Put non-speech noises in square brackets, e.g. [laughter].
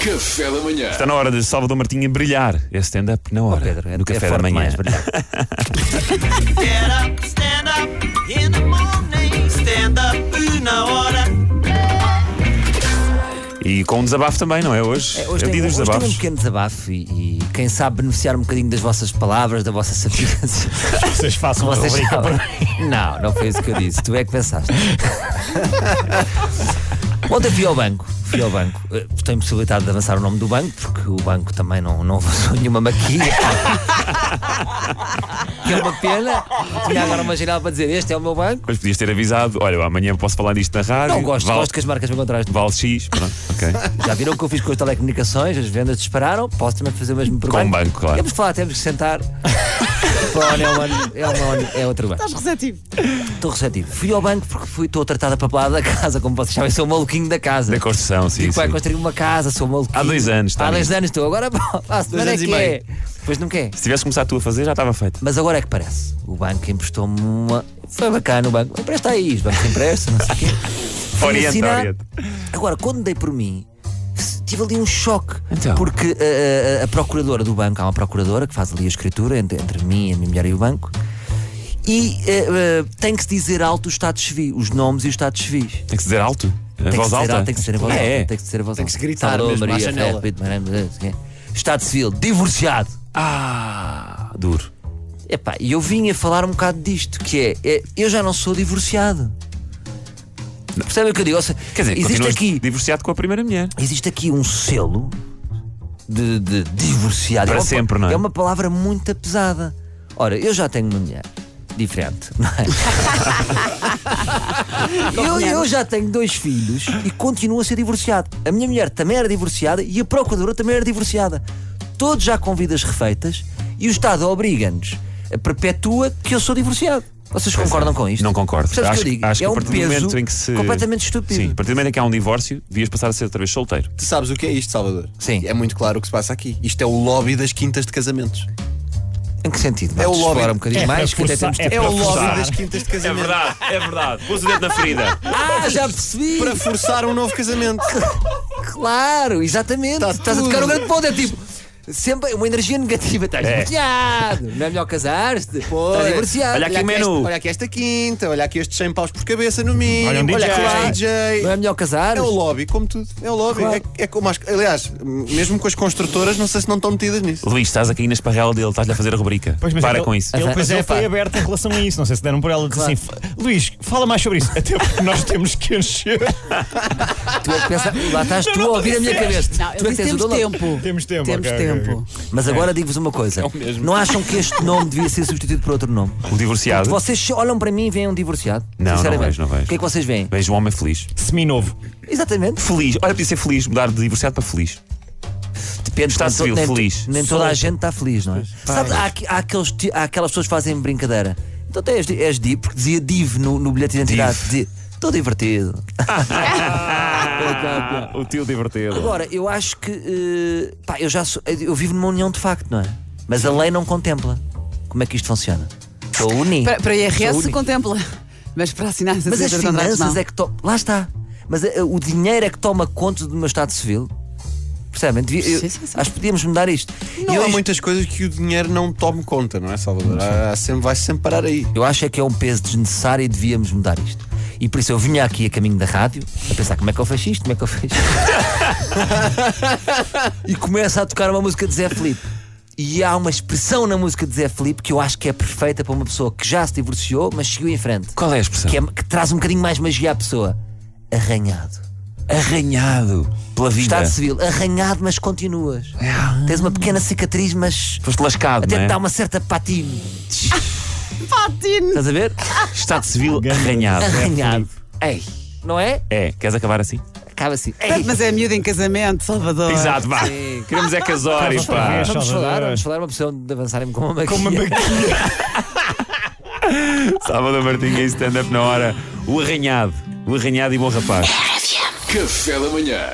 Café da manhã. Está na hora de Salvador Martinha brilhar. É stand-up na hora. Pedro, é, do café é da forte manhã. demais, brilhar. Get up, stand up in the morning. Stand up na hora. E com um desabafo também, não é? Hoje, É, Hoje é o tem, dia dos hoje tem um desabafos. pequeno desabafo e, e quem sabe beneficiar um bocadinho das vossas palavras, da vossa sapiência. Vocês façam Vocês uma rubrica sabem. Não, não foi isso que eu disse. Tu é que pensaste. Ontem fui ao banco. Fui ao banco. Eh, Tenho possibilidade de avançar o nome do banco, porque o banco também não, não avançou nenhuma [laughs] maquia. que é uma pena. Tinha agora uma geral para dizer: Este é o meu banco. Mas podias ter avisado. Olha, amanhã posso falar disto na rádio. Não gosto, vale, gosto que as marcas me encontraram. Vale X. Pronto, [laughs] ok. Já viram o que eu fiz com as telecomunicações? As vendas dispararam. Posso também fazer o mesmo por Com o banco, claro. Temos que falar, temos [laughs] que sentar. Falar, olha, é, um ano, é, um ano, é outro banco. Estás receptivo. Estou receptivo. Fui ao banco porque fui, estou a tratar da papelada da casa, como vocês sabem, sou o maluquinho da casa. Da construção, sim. Digo, pai, sim. construí uma casa, sou um maluquinho. Há dois anos, está Há dois nisso. anos estou, agora [laughs] pá, a semana é anos e que meio. é. Pois não quer. Se tivesse começado tu a fazer, já estava feito. Mas agora é que parece. O banco emprestou-me uma. Foi bacana o banco. Empresta aí, os bancos emprestam, não sei [laughs] o quê. Fui Orienta, assinar. orienta. Agora, quando dei por mim, tive ali um choque. Então? Porque eh, a, a- a procuradora do banco, há uma procuradora que faz ali a escritura entre, entre mim, a minha mulher e o banco. E eh, eh, tem que se dizer alto os estados civis, os nomes e os estados civis. Tem que se dizer alto. A Tem que voz ser, alta. tem que ser a voz Ah, alta. É. Tem que ser a voz Tem que alta. se gritar Salve, mesmo à Maria, janela. Felipe, Maria, não sei o quê. Estado Civil, divorciado. Ah, duro. Epá, e eu vinha falar um bocado disto, que é, é, eu já não sou divorciado. Percebem o que eu digo? Ou seja, Quer dizer, existe continuas aqui, divorciado com a primeira mulher. existe aqui um selo de, de divorciado. Para é uma, sempre, não é? É uma palavra muito pesada. Ora, eu já tenho uma mulher. Diferente, não [laughs] é? eu, eu já tenho dois filhos e continuo a ser divorciado. A minha mulher também era divorciada e a procuradora também era divorciada. Todos já com vidas refeitas e o Estado obriga-nos, perpetua que eu sou divorciado. Vocês concordam com isto? é. Não concordo. Percebes o acho que eu digo? acho é que a um partir do momento peso em que se. completamente estúpido. Sim, a partir do momento em que há um divórcio, devias passar a ser outra vez solteiro. Tu sabes o que é isto, Salvador? Sim. É muito claro o que se passa aqui. Isto é o lobby das quintas de casamentos. Em que sentido? É o lobby. Agora um bocadinho É mais, que até forçar- temos É tempo. o para forçar. lobby das quintas de É casamento. verdade, é verdade. Pus o dedo na ferida. Ah, já percebi! Para forçar um novo casamento. Claro, exatamente. Tá Estás a tudo. tocar um grande ponto. É tipo, sempre uma energia negativa. Estás divorciado. Não é melhor casar-te. Estás divorciado. Olha aqui o esta, menu. olha aqui esta quinta, olha aqui estes 100 paus por cabeça no mínimo. Olha um DJ. aqui o DJ. Não é melhor casar? É o lobby, como tudo. É o lobby. Claro. É, é como as- aliás, mesmo com as construtoras, não sei se não estão metidas nisso. Luís, estás aqui na esparrela dele, estás-lhe a fazer a rubrica. Pois, mas Para ele- com isso. Ele, pois Mas é, ele foi para. aberto em relação a isso. Não sei se deram por ela. Disse assim: "Fa- Luís, fala mais sobre isso. [laughs] Até porque nós temos que encher. Tu é que pensa, lá estás tu a ouvir a minha cabeça. Não, eu tu é que disse, tens o temos dono. tempo. Temos tempo, Temos ok, ok, tempo. Mas agora digo-vos uma coisa: não acham que este nome devia ser substituído por outro nome? O divorciado. Então, Vocês olham para mim e veem um divorciado? Não, não Sinceramente. vejo, não vejo. O que é que vocês veem? Vejo um homem feliz. Seminovo. Exatamente. Feliz. Olha, podia ser feliz, mudar de divorciado para feliz. Depende Estado nem civil, to- nem, feliz. Nem toda a gente está feliz, não é? Sabe, há, aqui- há aqueles ti- há aquelas pessoas que fazem brincadeira. Então tu és, di- és div, porque dizia div no, no bilhete de identidade. Estou divertido. Ah, o tio divertido. Agora, eu acho que. eh, pá, eu já sou- eu vivo numa união de facto, não é? Mas a lei não contempla. Como é que isto funciona? Estou unido. Para, para Sou IRS se único. contempla. Mas para assinar Mas as finanças é que. To... Lá está. Mas eh, o dinheiro é que toma conta do meu Estado Civil. Percebem? Devia- eu- Sim, sim, sim. Acho que podíamos mudar isto. Não é. E há hoje- muitas coisas que o dinheiro não tome conta, não é, Salvador? Há- há sempre, vai sempre parar aí. Eu acho é que é um peso desnecessário e devíamos mudar isto. E por isso eu vinha aqui a caminho da rádio a pensar como é que eu faço isto, como é que eu faço [laughs] isto. e começa a tocar uma música de Zé Felipe. E há uma expressão na música de Zé Felipe que eu acho que é perfeita para uma pessoa que já se divorciou, mas seguiu em frente. Qual é a expressão? Que, é- que traz um bocadinho mais magia à pessoa. Arranhado. Arranhado pela vida. Estado é civil, arranhado, mas continuas. Tens uma pequena cicatriz, mas Foste lascado, até É. não é? tá te dá uma certa patina. Patino. Estás a ver? Estado civil arranhado. um Arranhado. Ei, não é? É, queres acabar assim? Acaba assim. Mas é miúdo em casamento, Salvador. Exato, vá. Sim. Queremos é casórios, Faz outra pá. vez. Vamos Salvador. falar, vamos falar uma opção de avançarem com uma maquia. Como uma Sábado Martinha e stand-up na hora. O arranhado. O arranhado e bom rapaz. Café da manhã.